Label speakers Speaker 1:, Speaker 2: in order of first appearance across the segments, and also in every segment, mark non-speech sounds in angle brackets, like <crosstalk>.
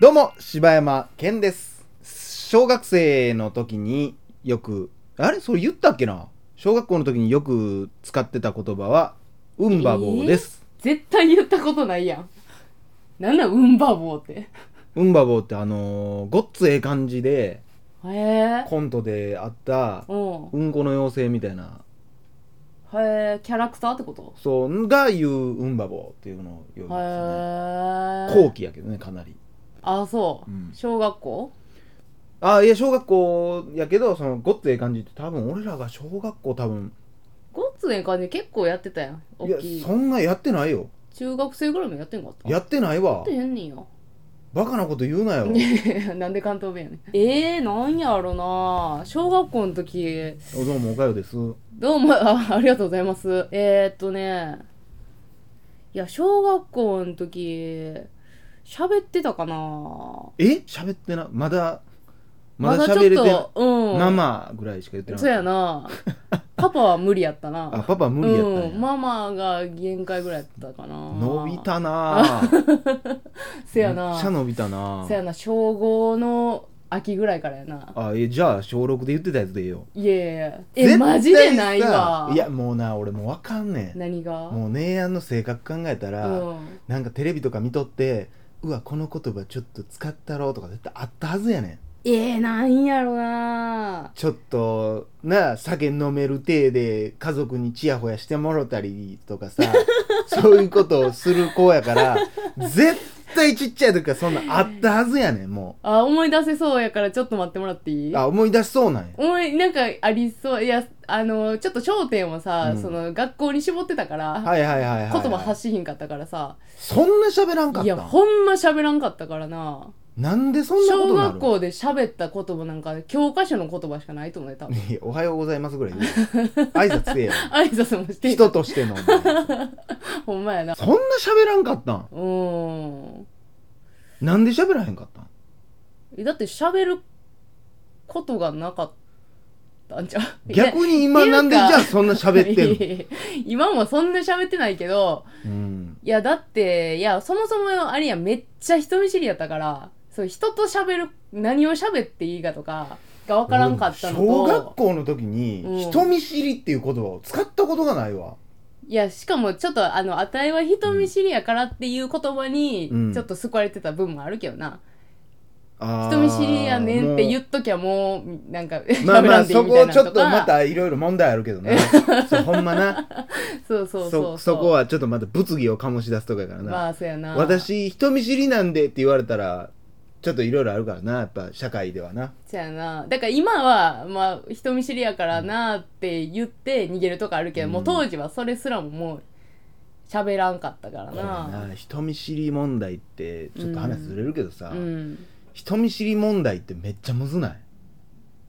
Speaker 1: どうも柴山健です小学生の時によくあれそれ言ったっけな小学校の時によく使ってた言葉は「うんばぼう」です、
Speaker 2: 絶対言ったことないやんなんなんうんばぼうって
Speaker 1: うんばぼうってあのーごっつええ感じで
Speaker 2: へえ
Speaker 1: コントであった
Speaker 2: うん
Speaker 1: うんこの妖精みたいな
Speaker 2: へえキャラクターってこと
Speaker 1: そうんが言ううんばぼうっていうのを呼ぶんで
Speaker 2: へ
Speaker 1: す
Speaker 2: え
Speaker 1: よね後期やけどねかなり、
Speaker 2: あそう、
Speaker 1: うん
Speaker 2: 小学校
Speaker 1: あいや小学校やけどそのごっつええ感じって多分俺らが小学校多分
Speaker 2: ごっつええ感じ結構やってたやん
Speaker 1: い
Speaker 2: 大
Speaker 1: や
Speaker 2: きい
Speaker 1: そんなやってないよ
Speaker 2: 中学生ぐらいもやってんかった
Speaker 1: やってないわ
Speaker 2: ってへんねんよ
Speaker 1: バカなこと言うなよ
Speaker 2: <laughs> なんで関東弁やねんえー、なんやろな小学校の時
Speaker 1: おどうもおかよです
Speaker 2: どうもあありがとうございますえー、っとねいや小学校の時喋ってたかな
Speaker 1: え喋ってなまだまだ
Speaker 2: ちょっ
Speaker 1: 喋
Speaker 2: と
Speaker 1: れてな
Speaker 2: うん
Speaker 1: ママぐらいしか言ってない
Speaker 2: そうやなパパは無理やったな
Speaker 1: <laughs> あパパ無理やったんや、
Speaker 2: うん、ママが限界ぐらいやったかな
Speaker 1: 伸びたな
Speaker 2: <laughs>
Speaker 1: ぁ
Speaker 2: せや
Speaker 1: め
Speaker 2: な
Speaker 1: っちゃ伸びたなぁ
Speaker 2: せやな小5の秋ぐらいからやな
Speaker 1: あえじゃあ小6で言ってたやつでいいよ
Speaker 2: いやいや
Speaker 1: 絶
Speaker 2: え
Speaker 1: 対
Speaker 2: マジでない
Speaker 1: さ
Speaker 2: わ
Speaker 1: いやもうな俺もうわかんねん
Speaker 2: 何が
Speaker 1: もう姉やんの性格考えたら、
Speaker 2: うん
Speaker 1: なんかテレビとか見とってうわこの言葉ちょっと使ったろうとか絶対あったはずやねん
Speaker 2: えー、なんやろな
Speaker 1: ちょっとなあ酒飲める体で家族にチヤホヤしてもろたりと
Speaker 2: <laughs>
Speaker 1: かさそういうことをする子やから絶対ちっちゃい時からそんなんあったはずやねんも
Speaker 2: あ思い出せそうやからちょっと待ってもらっていうい
Speaker 1: あ思い出しそうなんや
Speaker 2: 思いなんかありそういやあのちょっと焦点をさ、
Speaker 1: うん
Speaker 2: その学校に絞ってたから、
Speaker 1: はいはいはいはい、はい、
Speaker 2: 言葉発しひんかったからさ
Speaker 1: そんな喋らんかっ
Speaker 2: いや
Speaker 1: たん
Speaker 2: ほんま喋らんかったからな
Speaker 1: なんでそんなこと
Speaker 2: 小
Speaker 1: なる
Speaker 2: 学校で喋った言葉なんか教科書の言葉しかないと思うね多分
Speaker 1: いやおはようございますぐら
Speaker 2: <laughs>
Speaker 1: い言うよ挨拶せえよ
Speaker 2: 挨拶もして
Speaker 1: 人としてのお前
Speaker 2: ほんまやな
Speaker 1: そんな喋らんかったん
Speaker 2: うーん
Speaker 1: なんで喋らへんかったん
Speaker 2: えだって喋ることがなかったんじゃう
Speaker 1: 逆に今
Speaker 2: い
Speaker 1: な
Speaker 2: や
Speaker 1: んでじ
Speaker 2: いや
Speaker 1: ゃあそんな喋
Speaker 2: <laughs>
Speaker 1: ってんの、
Speaker 2: ん今もそんな喋ってないけど
Speaker 1: うん、
Speaker 2: いやだっていやそもそもあれやんめっちゃ人見知りやったからそう人と喋る何を喋っていいかとかが分からんかったのと
Speaker 1: 俺小学校の時
Speaker 2: うん
Speaker 1: に人見知りっていう言葉を使ったことがないわ、
Speaker 2: いやしかもちょっとあの「あたいは人見知りやから」っていう言葉に
Speaker 1: うん
Speaker 2: ちょっと救われてた部分もあるけどな、
Speaker 1: あー
Speaker 2: 人見知りやねんって言
Speaker 1: も
Speaker 2: っときゃもうなんか
Speaker 1: うまあ
Speaker 2: <laughs> 喋
Speaker 1: ま
Speaker 2: ら
Speaker 1: あ
Speaker 2: んでいい
Speaker 1: そ
Speaker 2: みた
Speaker 1: こ
Speaker 2: いな
Speaker 1: ちょっ
Speaker 2: と
Speaker 1: とま
Speaker 2: か
Speaker 1: たいろいろ問題あるけどね
Speaker 2: <laughs>
Speaker 1: そうほんまな
Speaker 2: そうそうそう
Speaker 1: そそこはちょっとまた物議を醸し出すとかやからな、
Speaker 2: まあそうやな
Speaker 1: 私人見知りなんでって言われたらちょっといろいろあるからなやっぱ社会ではな
Speaker 2: そうやなだから今は、まあ、人見知りやからなって言って逃げるとかあるけど、
Speaker 1: うん
Speaker 2: もう当時はそれすらももう喋らんかったから
Speaker 1: これ
Speaker 2: な
Speaker 1: な人見知り問題ってちょっと話ずれるけどさ、
Speaker 2: うん
Speaker 1: 人見知り問題ってめっちゃむずない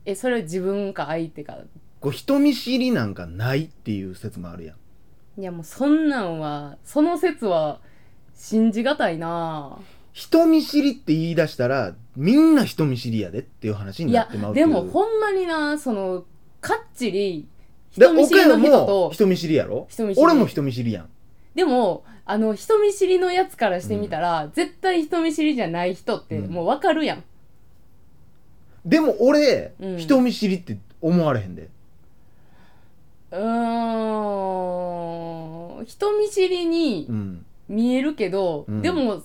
Speaker 2: えそれ自分か相手か
Speaker 1: こう人見知りなんかないっていう説もあるやん
Speaker 2: いやもうそんなんはその説は信じがたいな
Speaker 1: 人見知りって言い出したらみんな人見知りやでっていう話
Speaker 2: い
Speaker 1: にな
Speaker 2: や
Speaker 1: ってまうってい
Speaker 2: で
Speaker 1: う
Speaker 2: もほんまになそのかっちり
Speaker 1: で
Speaker 2: 人見知りの
Speaker 1: 岡
Speaker 2: 人
Speaker 1: 山も
Speaker 2: と
Speaker 1: 人見知りやろ
Speaker 2: 人見知り
Speaker 1: 俺も人見知りやん
Speaker 2: でもあの人見知りのやつからしてみたら、絶対人見知りじゃない人って
Speaker 1: うん
Speaker 2: もうわかるやん、
Speaker 1: でも俺、
Speaker 2: うん
Speaker 1: 人見知りって思われへんで
Speaker 2: うーん人見知りに
Speaker 1: うん
Speaker 2: 見えるけど、
Speaker 1: うん
Speaker 2: でも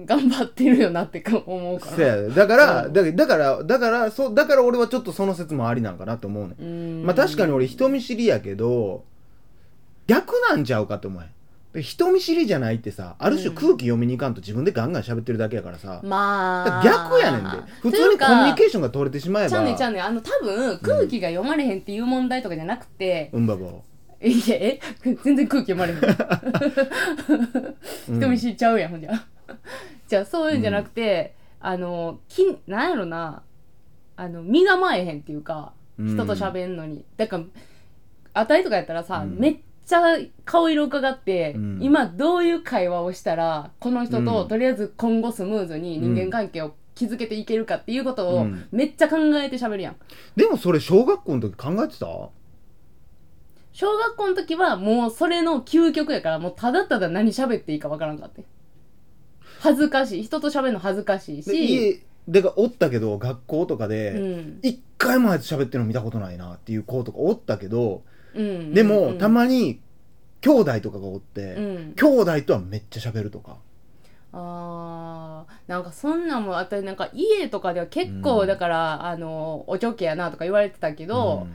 Speaker 2: 頑張ってるよなってか思うから
Speaker 1: せやでだから、
Speaker 2: うん
Speaker 1: だだからだからそうだから俺はちょっとその説もありなんかなと思うねん
Speaker 2: うーん
Speaker 1: まあ確かに俺人見知りやけど逆なんちゃうかって思えん人見知りじゃないってさある種
Speaker 2: うん
Speaker 1: 空気読みにいかんと自分でガンガン喋ってるだけやからさ、
Speaker 2: まあ
Speaker 1: 逆やねんで普通にコミュニ
Speaker 2: ーシ
Speaker 1: ケーションが取れてしまえば
Speaker 2: ちゃうねんちゃうねんあの多分空気が読まれへんっていう問題とかじゃなくて、 <laughs>
Speaker 1: うんばぼ
Speaker 2: いやえ <laughs> 全然空気読まれへん
Speaker 1: う、うん
Speaker 2: 人見知りちゃうやん、ほんじゃ <laughs> じゃあそういうんじゃなくて、あのきなんやろなあの身構えへんっていうか
Speaker 1: うん
Speaker 2: 人と喋んのに、だからあたりとかやったらさ、
Speaker 1: うん
Speaker 2: めっちゃ顔色伺って、
Speaker 1: うん
Speaker 2: 今どういう会話をしたらこの人と、
Speaker 1: うん
Speaker 2: とりあえず今後スムーズに人間関係を築けていけるかっていうこと
Speaker 1: う
Speaker 2: を
Speaker 1: ん
Speaker 2: めっちゃ考えて喋るやん、
Speaker 1: でもそれ小学校の時考えてた
Speaker 2: 小学校の時はもうそれの究極やからもうただただ何喋っていいかわからんかってん恥ずかしい人と喋るの恥ずかし
Speaker 1: で
Speaker 2: いし、
Speaker 1: 家でがおったけど学校とか
Speaker 2: う
Speaker 1: で
Speaker 2: ん
Speaker 1: 一回もあいつ喋ってるの見たことないなっていう子とかおったけど
Speaker 2: うん、
Speaker 1: でも、
Speaker 2: うん
Speaker 1: たまに兄弟とかがおって、
Speaker 2: うん、
Speaker 1: 兄弟とはめっちゃ喋るとか
Speaker 2: あーなんかそんなんも私なんか家とかでは結
Speaker 1: う
Speaker 2: 構
Speaker 1: ん
Speaker 2: だから、あのおちょけやなとか言われてたけど、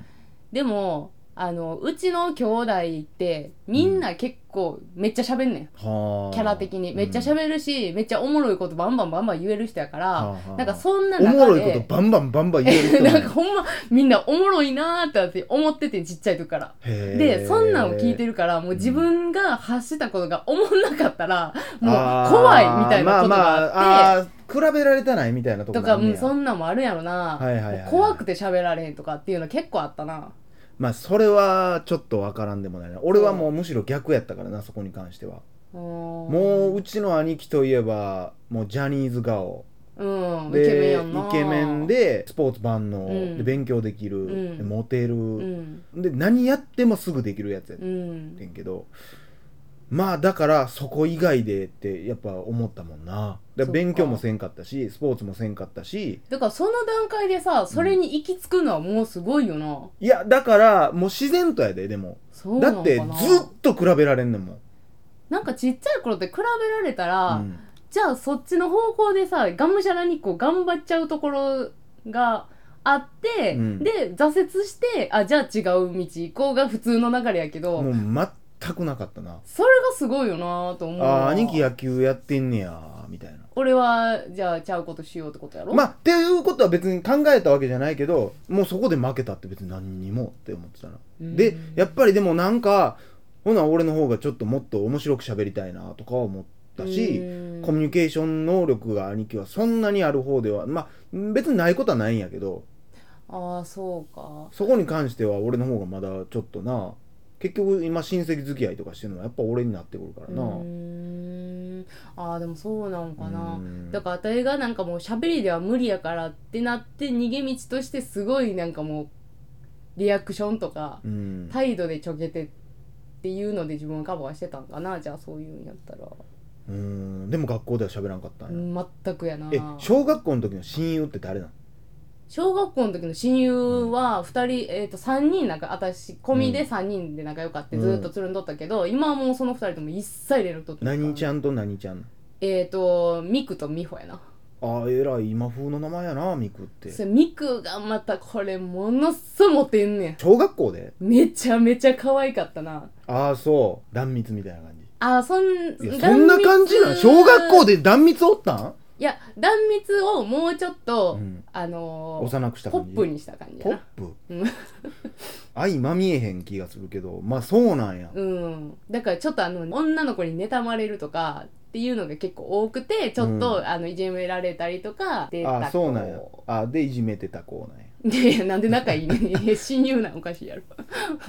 Speaker 2: でもあのうちの兄弟ってみんな結構めっちゃ喋んねん、
Speaker 1: うんはあ
Speaker 2: キャラ的にめっちゃ
Speaker 1: る、
Speaker 2: 喋るし、めっちゃおもろいことバンバンバンバン言える人やから、
Speaker 1: はあはあ
Speaker 2: なんかそんな
Speaker 1: お
Speaker 2: 中で
Speaker 1: もろいことバンバンバンバン言える人
Speaker 2: <laughs> なんかほんまみんなおもろいなーって私思っててちっちゃい時から。でそんなんを聞いて
Speaker 1: る
Speaker 2: るからもう自分が発したことが思んなかったらもう怖いみたいなことがあっ
Speaker 1: あー
Speaker 2: て。
Speaker 1: 比べられたないみたいなとことが
Speaker 2: か、
Speaker 1: あんね
Speaker 2: う
Speaker 1: や
Speaker 2: ん、そんなんもあるやろな、
Speaker 1: はいはいはいはい
Speaker 2: もう怖くて喋られへんとかっていうの結構あったな
Speaker 1: まあそれはちょっとわからんでもないな俺はもうむしろ逆やったからなそこに関してはも
Speaker 2: も
Speaker 1: ううちの兄貴といえばもうジャニーズ顔
Speaker 2: う、うん、イ
Speaker 1: で
Speaker 2: ケメンやんな
Speaker 1: イケメン、でスポーツ万能、
Speaker 2: うん
Speaker 1: で勉強できる、
Speaker 2: ん
Speaker 1: でモテる、
Speaker 2: うん
Speaker 1: で何やってもすぐできるやつやっ
Speaker 2: うん
Speaker 1: て、んけど、まあだからそこ以外でってやっぱ思ったもんなだから勉強もせんかったしスポーツもせんかったし
Speaker 2: だからその段階でさそれに行き着くのはもうすごいよな、
Speaker 1: いやだからもう自然とやででも
Speaker 2: そう
Speaker 1: だ
Speaker 2: なのか
Speaker 1: っ
Speaker 2: な
Speaker 1: てずっと比べられんねんもん、
Speaker 2: なんかちっちゃい頃って比べられたら、
Speaker 1: うん
Speaker 2: じゃあそっちの方向でさがむしゃらにこう頑張っちゃうところがあって、
Speaker 1: うん
Speaker 2: で挫折してあじゃあ違う道行こうが普通の流れやけど、
Speaker 1: もう全くなかったな
Speaker 2: それがすごいよなと思う
Speaker 1: あ
Speaker 2: わ
Speaker 1: ー兄貴野球やってんねやみたいな
Speaker 2: 俺はじゃあちゃうことしようってことやろ
Speaker 1: まあっていうことは別に考えたわけじゃないけどもうそこで負けたって別に何にもって思ってたな
Speaker 2: うん
Speaker 1: でやっぱりでもなんかほな俺の方がちょっともっと面白く喋りたいなとかは思ったし
Speaker 2: うん
Speaker 1: コミュニケーション能力が兄貴はそんなにある方ではまあ別にないことはないんやけど
Speaker 2: ああそうか
Speaker 1: そこに関しては俺の方がまだちょっとな結局今親戚付き合いとかしてるのはやっぱ俺になってくるからな
Speaker 2: うーんああでもそうなのかな
Speaker 1: うん
Speaker 2: だから私がなんかもう喋りでは無理やからってなって逃げ道としてすごいなんかもうリアクションとか
Speaker 1: うん
Speaker 2: 態度でちょけてっていうので自分はカバーしてたんかなじゃあそういうんやったら
Speaker 1: うんでも学校では喋らんかったんや、
Speaker 2: 全くやな
Speaker 1: え小学校の時の親友って誰なの
Speaker 2: 小学校の時の親友は2人、えー、と3人仲私込みで3人で仲良かって
Speaker 1: うん
Speaker 2: ずーっとつるんどったけど、今はもうその2人とも一切連絡取ってない
Speaker 1: 何ち
Speaker 2: ゃ
Speaker 1: ゃんと何ちゃん
Speaker 2: えっ、とミクとミホやな
Speaker 1: ああえらい今風の名前やなミクって
Speaker 2: それミクがまたこれものすごいモテんね
Speaker 1: 小学校で
Speaker 2: んめちゃめちゃ可愛かったな
Speaker 1: ああそう断蜜みたいな感じ
Speaker 2: あーそん
Speaker 1: いやそんな感じなん小学校
Speaker 2: で
Speaker 1: で断蜜おったん、
Speaker 2: いや断蜜をもうちょっ
Speaker 1: う
Speaker 2: と、
Speaker 1: ん、
Speaker 2: あのー
Speaker 1: 幼くした
Speaker 2: ポ
Speaker 1: 感じ
Speaker 2: ップにした感じ
Speaker 1: ポ
Speaker 2: や
Speaker 1: ッ
Speaker 2: な
Speaker 1: プ
Speaker 2: うん
Speaker 1: <laughs> 相まみえへん気がするけどまあそうなんや、
Speaker 2: うん、だからちょっとあの女の子に妬まれるとかっていうのが結構多くてちょっと、
Speaker 1: うん
Speaker 2: あのいじめられたりとかで
Speaker 1: ああそうなんやああでいじめてた子なんや
Speaker 2: でなんで仲いいのに親友なんおかしいやろ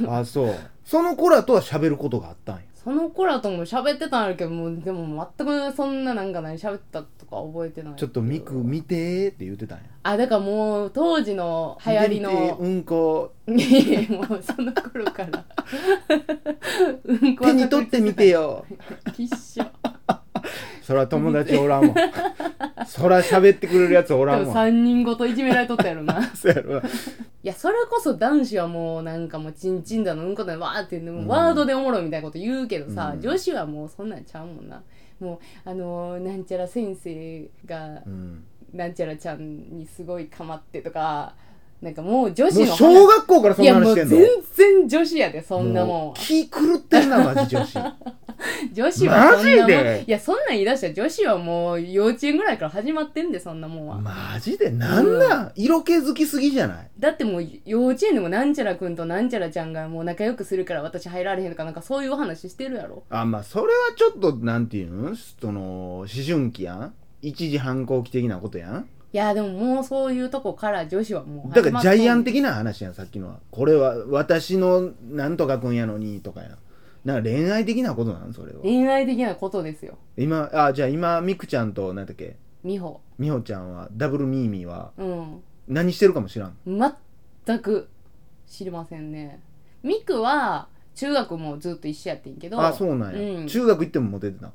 Speaker 1: ああそうその子らとは喋ることがあったんや
Speaker 2: その子らとも喋ってたんやけどもうでも全くそんななんか何喋ったとか覚えてない
Speaker 1: ちょっとミク見てーって言ってたんや
Speaker 2: あだからもう当時の流行り
Speaker 1: 見てー
Speaker 2: の
Speaker 1: うんこ
Speaker 2: いやいやもうその頃からうんこは
Speaker 1: 手に取ってみてよ
Speaker 2: きっしょ
Speaker 1: そら友達おらんわそら喋ってくれるやつお
Speaker 2: 多
Speaker 1: らんわ
Speaker 2: 分3人ごといじめられとったやろな
Speaker 1: そうやろ
Speaker 2: いや、それこそ男子はもうなんかもうチンチンだのうんこだのわーって言うの
Speaker 1: うん
Speaker 2: ワードでおもろいみたいなこと言うけどさ、
Speaker 1: うん
Speaker 2: 女子はもうそんなんちゃうもんな。もう、あのーなんちゃら先生が
Speaker 1: う、ん
Speaker 2: なんちゃらちゃんにすごいかまってとか、なんかもう女
Speaker 1: も
Speaker 2: 子
Speaker 1: う
Speaker 2: の
Speaker 1: 小学校からそ
Speaker 2: い
Speaker 1: ん
Speaker 2: や、
Speaker 1: な
Speaker 2: も
Speaker 1: 話
Speaker 2: う
Speaker 1: して
Speaker 2: 全
Speaker 1: んの
Speaker 2: 然女子やで、そんなもん
Speaker 1: う。気狂ってんなマジ女
Speaker 2: <laughs>
Speaker 1: 子
Speaker 2: 女子はそんな
Speaker 1: マジ
Speaker 2: もん。
Speaker 1: で
Speaker 2: いや、そんなん言い出したら女子はもう幼稚園ぐらいから始まってんで、そんなもんは。
Speaker 1: マジでなんなん、色気づきすぎじゃない
Speaker 2: だってもう幼稚園でもなんちゃらくんとなんちゃらちゃんがもう仲良くするから私入られへんとかなんかそういうお話してるやろ
Speaker 1: あまあそれはちょっとなんていうんその思春期やん一時反抗期的なことやん
Speaker 2: いやでももうそういうとこから女子はもう
Speaker 1: だからジャイアン
Speaker 2: 的
Speaker 1: 的な話やんさっきのはこれは私のなんとかくんやのにとかやんなんか恋愛的なことなんそれは
Speaker 2: 恋愛的なことですよ
Speaker 1: 今あじゃあ今みくちゃんと何だっけ
Speaker 2: 美穂
Speaker 1: みほちゃんはダブルミーミーは
Speaker 2: うん
Speaker 1: 何してるかも知らん
Speaker 2: 全く知りませんねミクは中学もずっと一緒やってんけど
Speaker 1: あそうなんや、
Speaker 2: うん
Speaker 1: 中学行ってもモテてた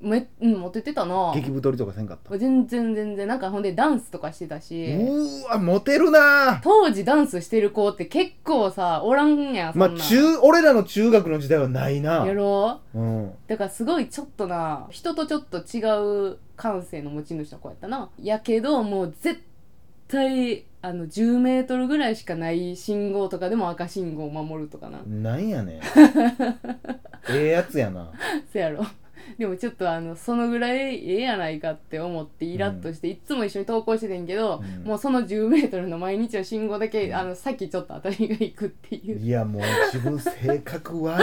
Speaker 2: めうんモテてたな
Speaker 1: 激太りとかせんかったう
Speaker 2: 全然全然なんかほんでダンスとかしてたし
Speaker 1: ーわモテるなー
Speaker 2: 当時ダンスしてる子って結構さおらんやんそん
Speaker 1: ま
Speaker 2: な
Speaker 1: あ中俺らの中学の時代はないな
Speaker 2: やろ
Speaker 1: うん
Speaker 2: だからすごいちょっとな人とちょっと違う感性の持ち主の子やったなやけどもう絶対あの10メートルぐらいしかない信号とかでも赤信号を守るとかな <laughs>
Speaker 1: なんやねんええやつやな
Speaker 2: そやろでもちょっとあのそのぐらいええやないかって思ってイラッとして、いっつも一緒に投稿しててんけど、
Speaker 1: うん
Speaker 2: もうその10メートルの毎日の信号だけ、
Speaker 1: うん
Speaker 2: あのさっきちょっと私が行くっていう
Speaker 1: いやもう自分性格悪っ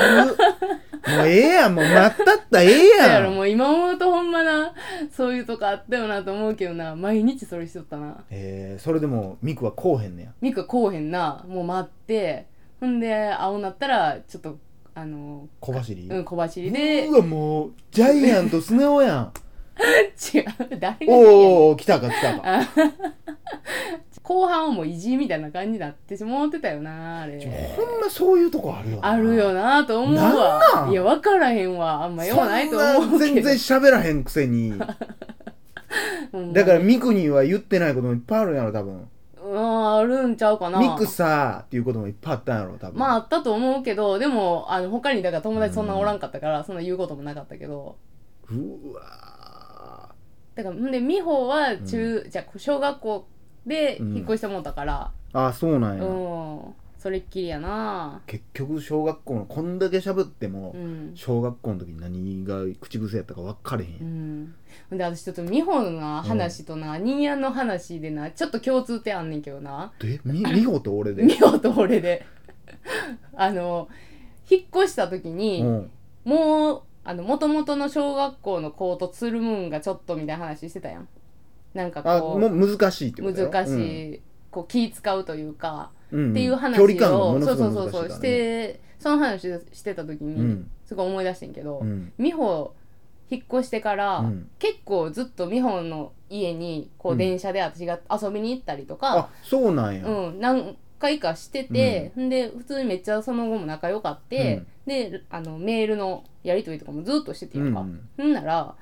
Speaker 1: もうええやんもう待ったったらええ
Speaker 2: そうや
Speaker 1: や
Speaker 2: ろ
Speaker 1: ん
Speaker 2: もう今思うとほんまなそういうとこあったよなと思うけどな毎日それしとったな
Speaker 1: えー、それでもミクはこうへんねや
Speaker 2: ミクこうへんなもう待ってほんで青なったらちょっとあの
Speaker 1: 小走り、
Speaker 2: うん小走りで違
Speaker 1: う
Speaker 2: う
Speaker 1: わもうジャイアントスネ夫やん
Speaker 2: 誰が
Speaker 1: おー
Speaker 2: 好
Speaker 1: おー来たか来たか
Speaker 2: き後半はもう意地みたいな感じになってしもうてたよなあれ
Speaker 1: ほんまそういうとこあるよな
Speaker 2: あるよなと思う
Speaker 1: なんな
Speaker 2: わ
Speaker 1: ん
Speaker 2: いや分からへんわあんまようないと思う
Speaker 1: そんな
Speaker 2: け
Speaker 1: 全
Speaker 2: ど
Speaker 1: 然喋らへんくせに
Speaker 2: <laughs> うん
Speaker 1: だからミクには言ってないこともいっぱいあるんやろ多分
Speaker 2: うんあるんちゃうかな
Speaker 1: ミクさーっていうこともいっぱいあったんやろ多分
Speaker 2: まああったと思うけどでもあの他にだから友達そんなおらんかったから、そんな言うこともなかったけど
Speaker 1: うわ
Speaker 2: だからんで美穂は中、じゃあ小学校で引っ越してもうたから
Speaker 1: ーあそうな
Speaker 2: うん
Speaker 1: や、
Speaker 2: ん、それっきりやな
Speaker 1: 結局小学校のこんだけ喋っても、
Speaker 2: うん、
Speaker 1: 小学校の時に何が口癖やったか分かれへん、
Speaker 2: うん、ほんで私ちょっと美穂のな話とな、ニーヤンの話でなちょっと共通点あんねんけどな
Speaker 1: でみ <laughs> 美穂と俺で
Speaker 2: 美穂と俺で <laughs> あの引っ越した時に、
Speaker 1: うん
Speaker 2: もうあの元々の小学校の子とつるむんがちょっとみたいな話してたやんなんか
Speaker 1: あ
Speaker 2: こ
Speaker 1: も
Speaker 2: う
Speaker 1: う難しいってことだよ
Speaker 2: 難し、い、こう気使うというか、
Speaker 1: うんん
Speaker 2: っていう話
Speaker 1: 距
Speaker 2: を
Speaker 1: 離感がもの
Speaker 2: そ
Speaker 1: す
Speaker 2: うそ
Speaker 1: ご
Speaker 2: うそ
Speaker 1: いう
Speaker 2: そう
Speaker 1: 難しいから
Speaker 2: し
Speaker 1: ね
Speaker 2: てその話してた時に、
Speaker 1: うん
Speaker 2: すごい思い出してんけど、
Speaker 1: うん
Speaker 2: 美穂引っ越してから、
Speaker 1: うん
Speaker 2: 結構ずっと美穂の家にこ
Speaker 1: う
Speaker 2: うん電車で私が遊びに行ったりとか、
Speaker 1: あそうなんや、
Speaker 2: うん何回かしてて、ん、で普通にめっちゃその後も仲良かって、であのメールのやり取りとかもずっとしてて
Speaker 1: う
Speaker 2: や
Speaker 1: ん
Speaker 2: ん
Speaker 1: う
Speaker 2: か、
Speaker 1: ん
Speaker 2: ん、なら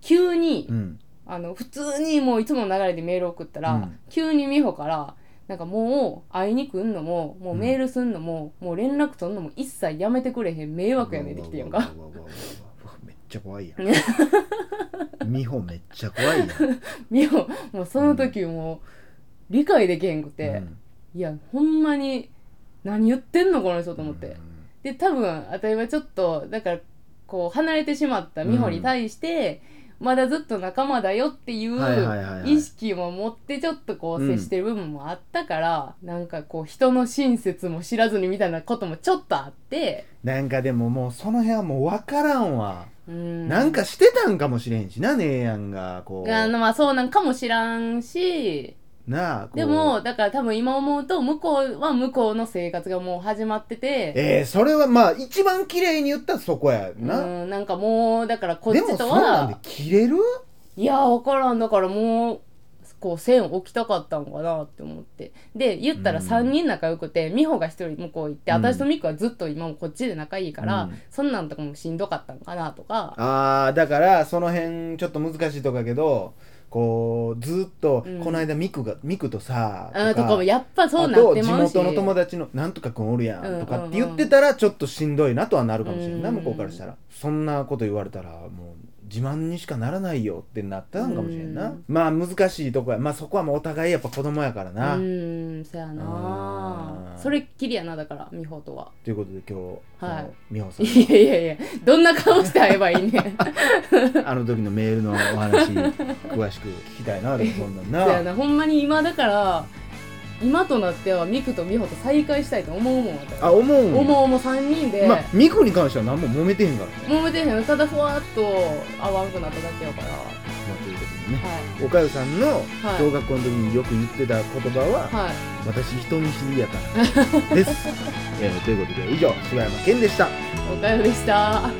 Speaker 2: 急に、
Speaker 1: うん
Speaker 2: あの普通にもういつもの流れでメール送ったら、
Speaker 1: うん
Speaker 2: 急に美穂からなんかもう会いに来んのももうメールすんのも、もう連絡取んのも一切やめてくれへん迷惑やねんってきてやんか
Speaker 1: うわうわうわうわうわうわめっちゃ怖いやん美穂めっちゃ怖いやん
Speaker 2: 美穂もうその時もう理解できへんくて、
Speaker 1: うん
Speaker 2: いやほんまに何言ってんのこの人と思って、
Speaker 1: うん
Speaker 2: で多分あたいはちょっとだからこう離れてしまった美穂に対して、まだずっと仲間だよっていう、
Speaker 1: はいはいはいはい
Speaker 2: 意識も持ってちょっとこう接してる部分もあったから、なんかこう人の親切も知らずにみたいなこともちょっとあって、
Speaker 1: なんかでももうその辺はもう分からんわ、
Speaker 2: うん、
Speaker 1: なんかしてたんかもしれんしな姉やんがこう
Speaker 2: あのまあそうなんかも知らんし
Speaker 1: なあこう
Speaker 2: でもだから多分今思うと向こうは向こうの生活がもう始まってて。
Speaker 1: えー、それはまあ一番綺麗に言ったらそこやな、
Speaker 2: うん、なんかもうだからこっ
Speaker 1: でも
Speaker 2: ち
Speaker 1: そ
Speaker 2: と
Speaker 1: んなんで
Speaker 2: は
Speaker 1: 切れる
Speaker 2: いや分からんだからもうこう線を置きたかったんかなって思ってで言ったら
Speaker 1: うん
Speaker 2: 3人仲良くて、美穂が1人向こう行って、
Speaker 1: うん
Speaker 2: 私と美穂はずっと今もこっちで仲いいから、
Speaker 1: うん
Speaker 2: そんなんとかもしんどかったんかなとか
Speaker 1: あーだからその辺ちょっと難しいとこやけどこうずっと、
Speaker 2: うん
Speaker 1: この間ミクがミクとさ
Speaker 2: あとかもやっぱそう
Speaker 1: あ
Speaker 2: なっ
Speaker 1: と
Speaker 2: て
Speaker 1: 地
Speaker 2: まうし
Speaker 1: 元の友達のなんとかくんおるや
Speaker 2: うんうんうん
Speaker 1: と
Speaker 2: ん
Speaker 1: かって言ってたらちょっとしんどいなとはなるかもしれないな
Speaker 2: うん
Speaker 1: 向こうからしたらそんなこと言われたらもう自慢にしかならないよってなったんかもしれんな
Speaker 2: うん
Speaker 1: まあ難しいとこやまあそこはもうお互いやっぱ子供やから
Speaker 2: う
Speaker 1: な
Speaker 2: ーんそやな
Speaker 1: うん
Speaker 2: それっきりやなだから美穂とは
Speaker 1: ということで今日、
Speaker 2: はい
Speaker 1: あの美穂さん
Speaker 2: いやいやいやどんな顔して会えばいいねん
Speaker 1: あの時のメールのお話
Speaker 2: <laughs>
Speaker 1: 詳しく聞きたいなでもそんなん
Speaker 2: そや
Speaker 1: な
Speaker 2: なほんまに今だから今となってはミクと美穂と再会したいと思うもん私
Speaker 1: あ思うんや
Speaker 2: 思うも3人で、
Speaker 1: まあ美子に関しては何も揉めてへんからね、
Speaker 2: 揉めてへんただふわっと合わんくなっただけやからは
Speaker 1: まあ、ということでね
Speaker 2: い
Speaker 1: おかゆさんの
Speaker 2: はい
Speaker 1: 小学校の時によく言ってた言葉は、
Speaker 2: はい
Speaker 1: 私人見知りやから
Speaker 2: <laughs>
Speaker 1: です、えーということで以上柴山健でした
Speaker 2: おかよでした